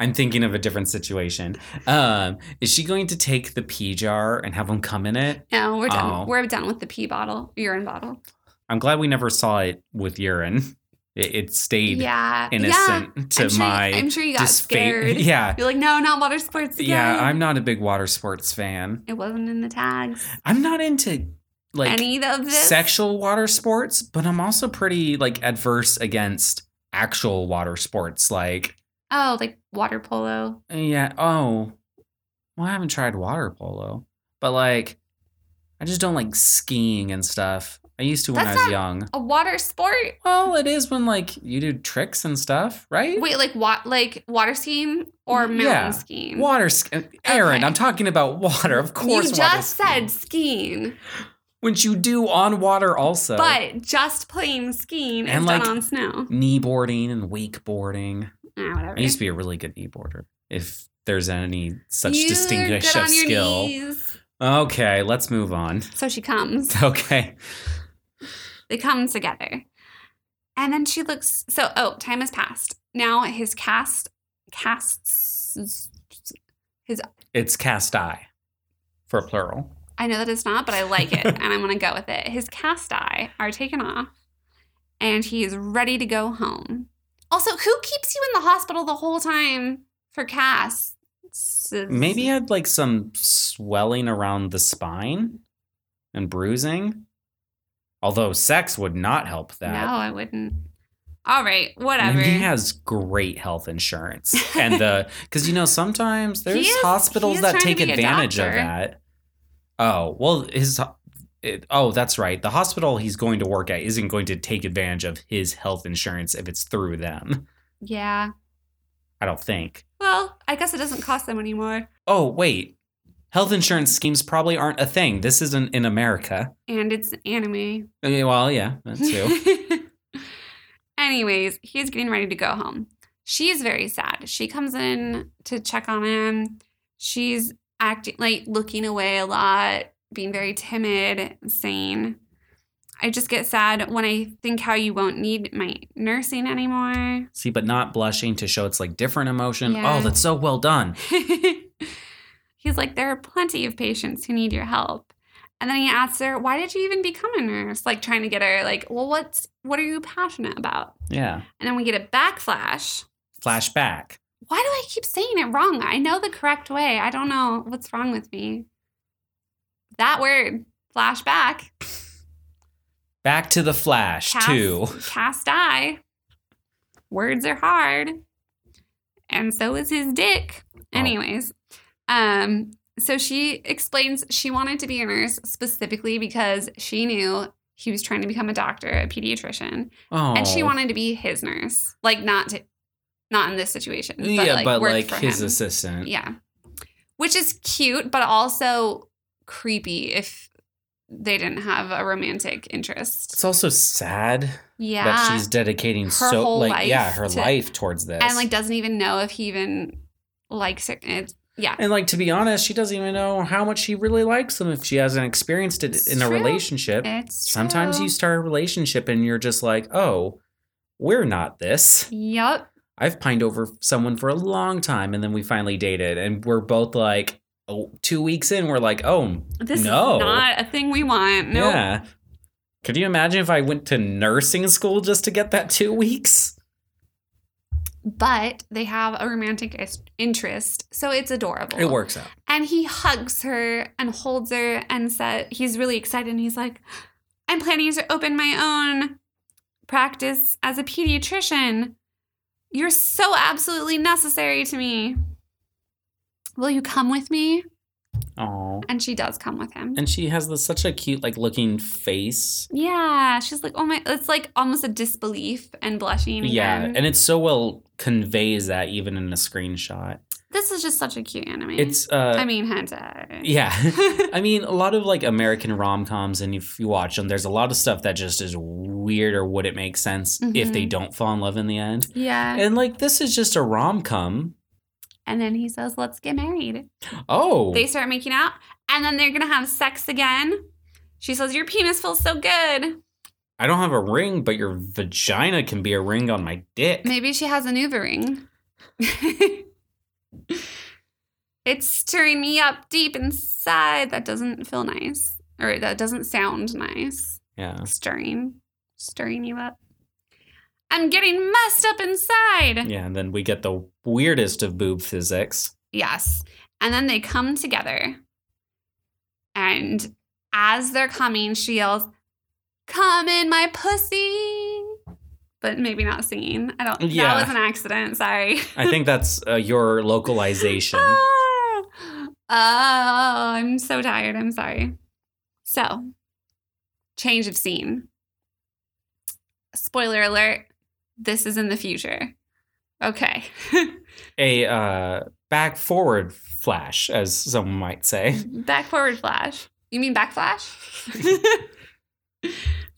I'm thinking of a different situation. Um, is she going to take the pee jar and have them come in it?
No, we're done.
Oh.
We're done with the pee bottle, urine bottle.
I'm glad we never saw it with urine. It, it stayed
Yeah.
innocent to
I'm sure,
my
I'm sure you got
disfa-
scared.
Yeah,
You're like, no, not water sports. Again.
yeah. I'm not a big water sports fan.
It wasn't in the tags.
I'm not into like
Any of this.
sexual water sports, but I'm also pretty like adverse against actual water sports. Like,
Oh, like water polo.
yeah, oh, well, I haven't tried water polo, but like, I just don't like skiing and stuff. I used to when
That's
I was
not-
young.
A water sport.
Well, it is when like you do tricks and stuff, right?
Wait, like what? Like water skiing or mountain
Yeah.
skiing?
Water, sk- uh, Aaron.
Okay.
I'm talking about water. Of course,
You
water
just
skiing.
said skiing,
which you do on water also,
but just plain skiing
And,
is
like,
done on snow.
knee boarding and wakeboarding.
Ah, whatever.
I used to be a really good knee boarder. If there's any such
You're
distinguished
good
of
on your
skill.
knees.
Okay, let's move on.
So she comes.
Okay.
They come together. And then she looks so oh, time has passed. Now his cast casts
It's cast eye for plural.
I know that it's not, but I like it and I'm gonna go with it. His cast eye are taken off and he is ready to go home. Also, who keeps you in the hospital the whole time for casts?
Maybe had like some swelling around the spine and bruising. Although sex would not help that.
No, I wouldn't. All right,
And
whatever.
he has great health insurance. And the because you know sometimes there's
is-
hospitals
he is
that
trying to
take
be a
advantage of
doctor.
that. Oh, well his it, oh, that's right. The hospital he's going to work at isn't going to take advantage of his health insurance if it's through them.
yeah.
I don't think.
Well, I guess it doesn't cost them anymore.
Oh, wait. Health insurance schemes probably aren't a thing. This isn't in America.
And it's anime.
Okay, well, yeah, that too.
Anyways, he's getting ready to go home. She's very sad. She comes in to check on him. She's acting like looking away a lot, being very timid, saying, I just get sad when I think how you won't need my nursing anymore.
See, but not blushing to show it's like different emotion.
Yeah.
Oh, that's so well done.
He's like, there are plenty of patients who need your help. And then he asks her, why did you even become a nurse? Like trying to get her like, well, what's what are you passionate about?
Yeah.
And then we get a backflash.
Flashback.
Why do I keep saying it wrong? I know the correct way. I don't know what's wrong with me. That word, flashback,
Back to the flash,
cast,
too.
cast eye. Words are hard. And so is his dick. Anyways, um, so she explains she wanted to be a nurse specifically because she knew he was trying to become a doctor, a pediatrician,
Oh.
and she wanted to be his nurse. Like not to, not in this situation. But
yeah,
like,
but
worked
like
for
his
him.
assistant.
Yeah. Which is cute, but also creepy if they didn't have a romantic interest.
It's also sad
Yeah.
that she's dedicating
Her
so
whole
like yeah
life
her
to-
life towards this.
and like doesn't even know if he even likes it. It's, yeah.
And like to be honest, she doesn't even know how much she really likes them if she hasn't experienced it
It's
in a
true.
relationship.
It's
Sometimes you start a relationship and you're just like, "Oh, we're not this."
Yup.
I've pined over someone for a long time and then we finally dated and we're both like oh, 2 weeks in we're like, "Oh,
This
No.
is not a thing we want. No.
yeah." Could you imagine if I went to nursing school just to get that 2 weeks?
But they have a romantic is- interest, so it's adorable.
It works out.
And he hugs her and holds her and said he's really excited and he's like, I'm planning to open my own practice as a pediatrician. You're so absolutely necessary to me. Will you come with me?
Oh.
And she does come with him.
And she has this, such a cute like looking face.
yeah, she's like, oh my, it's like almost a disbelief and blushing.
Yeah,
again.
and it so well conveys that even in a screenshot.
this is just such a cute anime.
It's uh
I mean, hentai.
yeah. I mean, a lot of like American rom coms, and if you watch them, there's a lot of stuff that just is weird or wouldn't make sense if they
Mhm.
don't fall in love in the end.
yeah.
And like, this is just a rom com.
And then he says, let's get married.
Oh,
They start making out, and then they're gonna have sex again. She says, "Your penis feels so good."
I don't have a ring, but your vagina can be a ring on my dick.
Maybe she has an Uber ring. it's stirring me up deep inside. That doesn't feel nice, or that doesn't sound nice.
Yeah.
Stirring, stirring you up. I'm getting messed up inside.
Yeah, and then we get the weirdest of boob physics.
Yes. And then they come together. And as they're coming, she yells, Come in my pussy. But maybe not singing. I don't
Yeah.
that was an accident, sorry.
I think that's uh, your localization.
Ah. oh, I'm so tired. I'm sorry. So, change of scene. Spoiler alert, this is in the future. Okay.
a uh, back forward flash, as some might say.
Back forward flash. You mean back flash?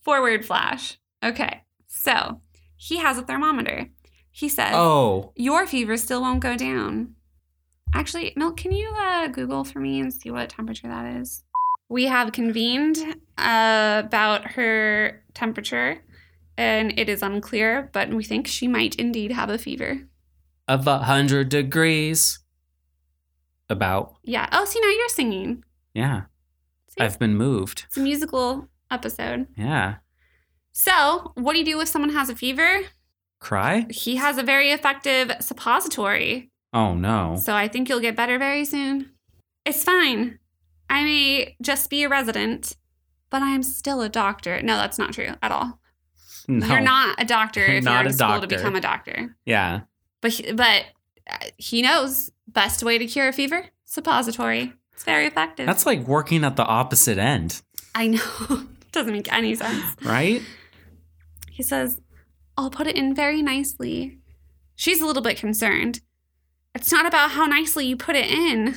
forward flash. Okay. So he has a thermometer. He says,
Oh,
Your fever still won't go down. Actually, Milk, can you uh, Google for me and see what temperature that is? We have convened uh, about her temperature, and it is unclear, but we think she might indeed have a fever.
of a hundred degrees. About
Yeah. Oh, see, now you're singing.
yeah,
See?
I've been moved.
it's a musical episode.
Yeah,
So, what do you do if someone has a fever?
cry.
He has a very effective suppository.
Oh no.
So, I think you'll get better very soon. It's fine. I may just be a resident, but I'm still a doctor. No, that's not true at all.
no.
You're not a doctor
You're
if
not
you're
a
in school
doctor.
to become a doctor.
Yeah.
But he, but uh, he knows best way to cure a fever suppository. It's very effective.
That's like working at the opposite end,
I know. Doesn't make any sense.
right?
He says, I'll put it in very nicely. She's a little bit concerned. It's not about how nicely you put it in.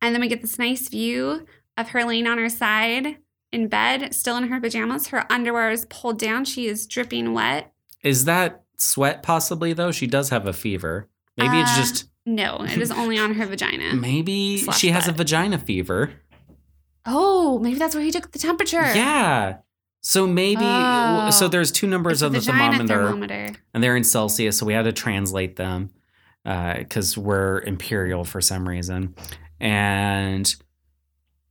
And then we get this nice view of her laying on her side in bed, still in her pajamas. Her underwear is pulled down. She is dripping wet.
Is that sweat possibly though? She does have a fever. Maybe it's
Uh,
just
No, it is only on her vagina.
maybe
slash
she has a
that.
vagina fever.
Oh, maybe that's where he took the temperature.
Yeah. So maybe
Oh.
so there's two numbers
It's a
of the
vagina
thermometer, and they're in Celsius, so we had to translate them because we're imperial for some reason. And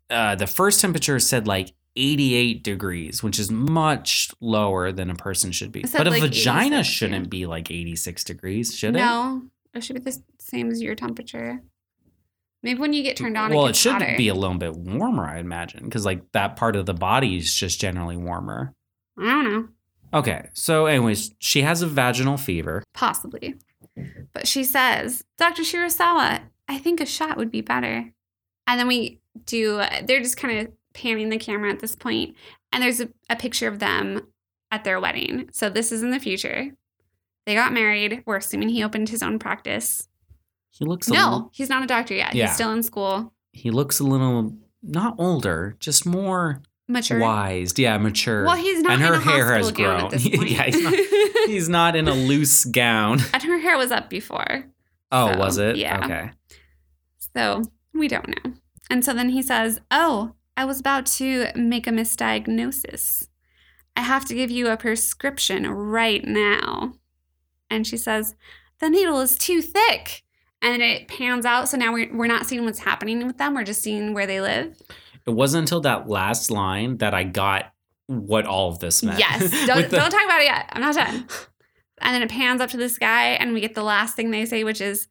uh, the first temperature said like 88 degrees, which is much lower than a person should be.
It said,
But a
like,
vagina
86,
shouldn't
yeah.
be like 86 degrees, should it?
no, it should be the same as your temperature. Maybe when you get turned on,
well,
it,
it
gets
should
hotter.
be a little bit warmer, I imagine, because like that part of the body is just generally warmer.
I don't know,
Okay, so anyways, she has a vaginal fever.
possibly. But she says, Dr. Shirasawa, I think a shot would be better. And then we do. They're just kind of panning the camera at this point, and there's a, a picture of them at their wedding. So this is in the future. They got married. We're assuming he opened his own practice.
He looks a
No,
little,
he's not a doctor yet.
Yeah.
He's still in school.
he looks a little not older, just more
Mature.
wised. Yeah, mature.
Well, he's not.
And her
in a
hair has
hospital gown
grown.
At this point.
Yeah, he's He's not in a loose gown.
and her hair was up before,
Oh,
So,
was it?
yeah.
Okay.
so we don't know. And so then he says, "Oh, I was about to make a misdiagnosis. I have to give you a prescription right now." And she says, "The needle is too thick." And it pans out. So now we're, we're not seeing what's happening with them. We're just seeing where they live.
It wasn't until that last line that I got what all of this meant.
Yes. Don't,
With the-
don't talk about it yet. I'm not done. And then it pans up to this guy, and we get the last thing they say, which is,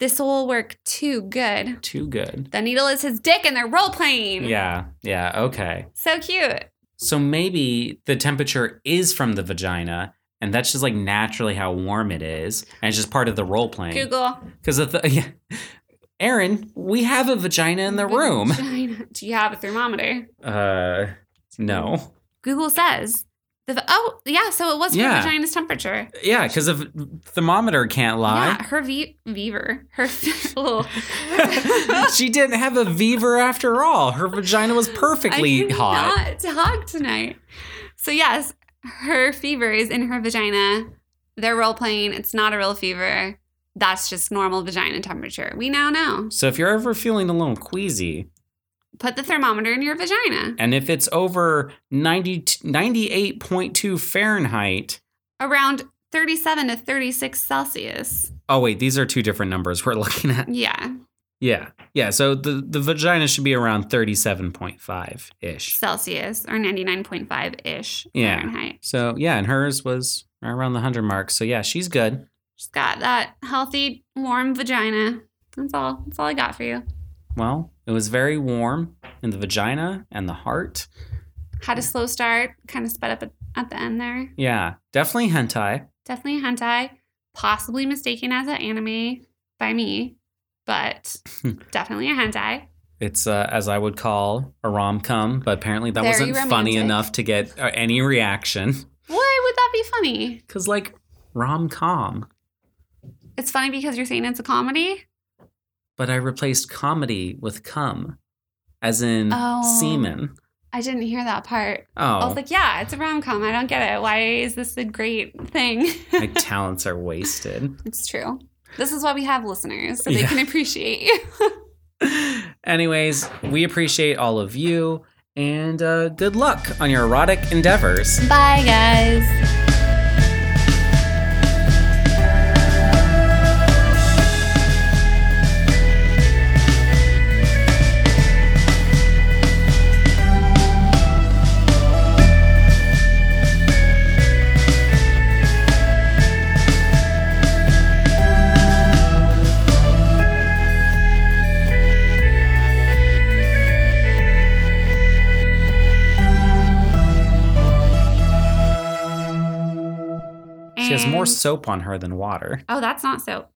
This will work too good.
Too good.
The needle is his dick, and they're role playing.
Yeah. Yeah. Okay.
So cute.
So maybe the temperature is from the vagina, and that's just like naturally how warm it is, and it's just part of the role playing.
Google.
Because of the, yeah. Aaron, we have a vagina in the room.
Vagina. Do you have a thermometer?
Uh, no.
Google says, the, va- Oh, yeah. So it was her
Yeah.
vagina's temperature.
Yeah, because a v- thermometer can't
Yeah.
lie.
Her ve- beaver. Her. oh.
she didn't have a beaver after all. Her vagina was perfectly
I
hot.
cannot talk tonight. So yes, her fever is in her vagina. They're role playing. It's not a real fever. That's just normal vagina temperature. We now know.
So if you're ever feeling a little queasy,
Put the thermometer in your vagina
and if it's over 90, 98.2 Fahrenheit,
around 37 to 36 Celsius.
oh wait, these are two different numbers we're looking at.
Yeah,
Yeah. Yeah. So the, the vagina should be around 37.5 ish.
Celsius or 99.5 ish
Yeah.
Fahrenheit.
So yeah, and hers was right around the 100 mark. So yeah, she's good.
She's got that healthy, warm vagina. That's all. That's all I got for you.
Well, it was very warm in the vagina and the heart.
Had a slow start, kind of sped up at, at the end there.
Yeah. Definitely hentai.
definitely hentai, possibly mistaken as an anime by me, but definitely a hentai.
It's, uh, as I would call, a rom com, but apparently that
Very
wasn't funny
romantic.
enough to get uh, any reaction.
Why would that be funny?
Because, like, rom com,
It's funny because you're saying it's a comedy.
but I replaced comedy with cum, as in
Oh.
semen.
I didn't hear that part.
Oh.
I was like, yeah, it's a rom com. I don't get it. Why is this a great thing?
my talents are wasted.
it's true. This is why we have listeners, so they
Yeah.
can appreciate you.
Anyways, we appreciate all of you and uh, good luck on your erotic endeavors.
Bye, guys.
She has more
And-
soap on her than water.
Oh, that's not soap.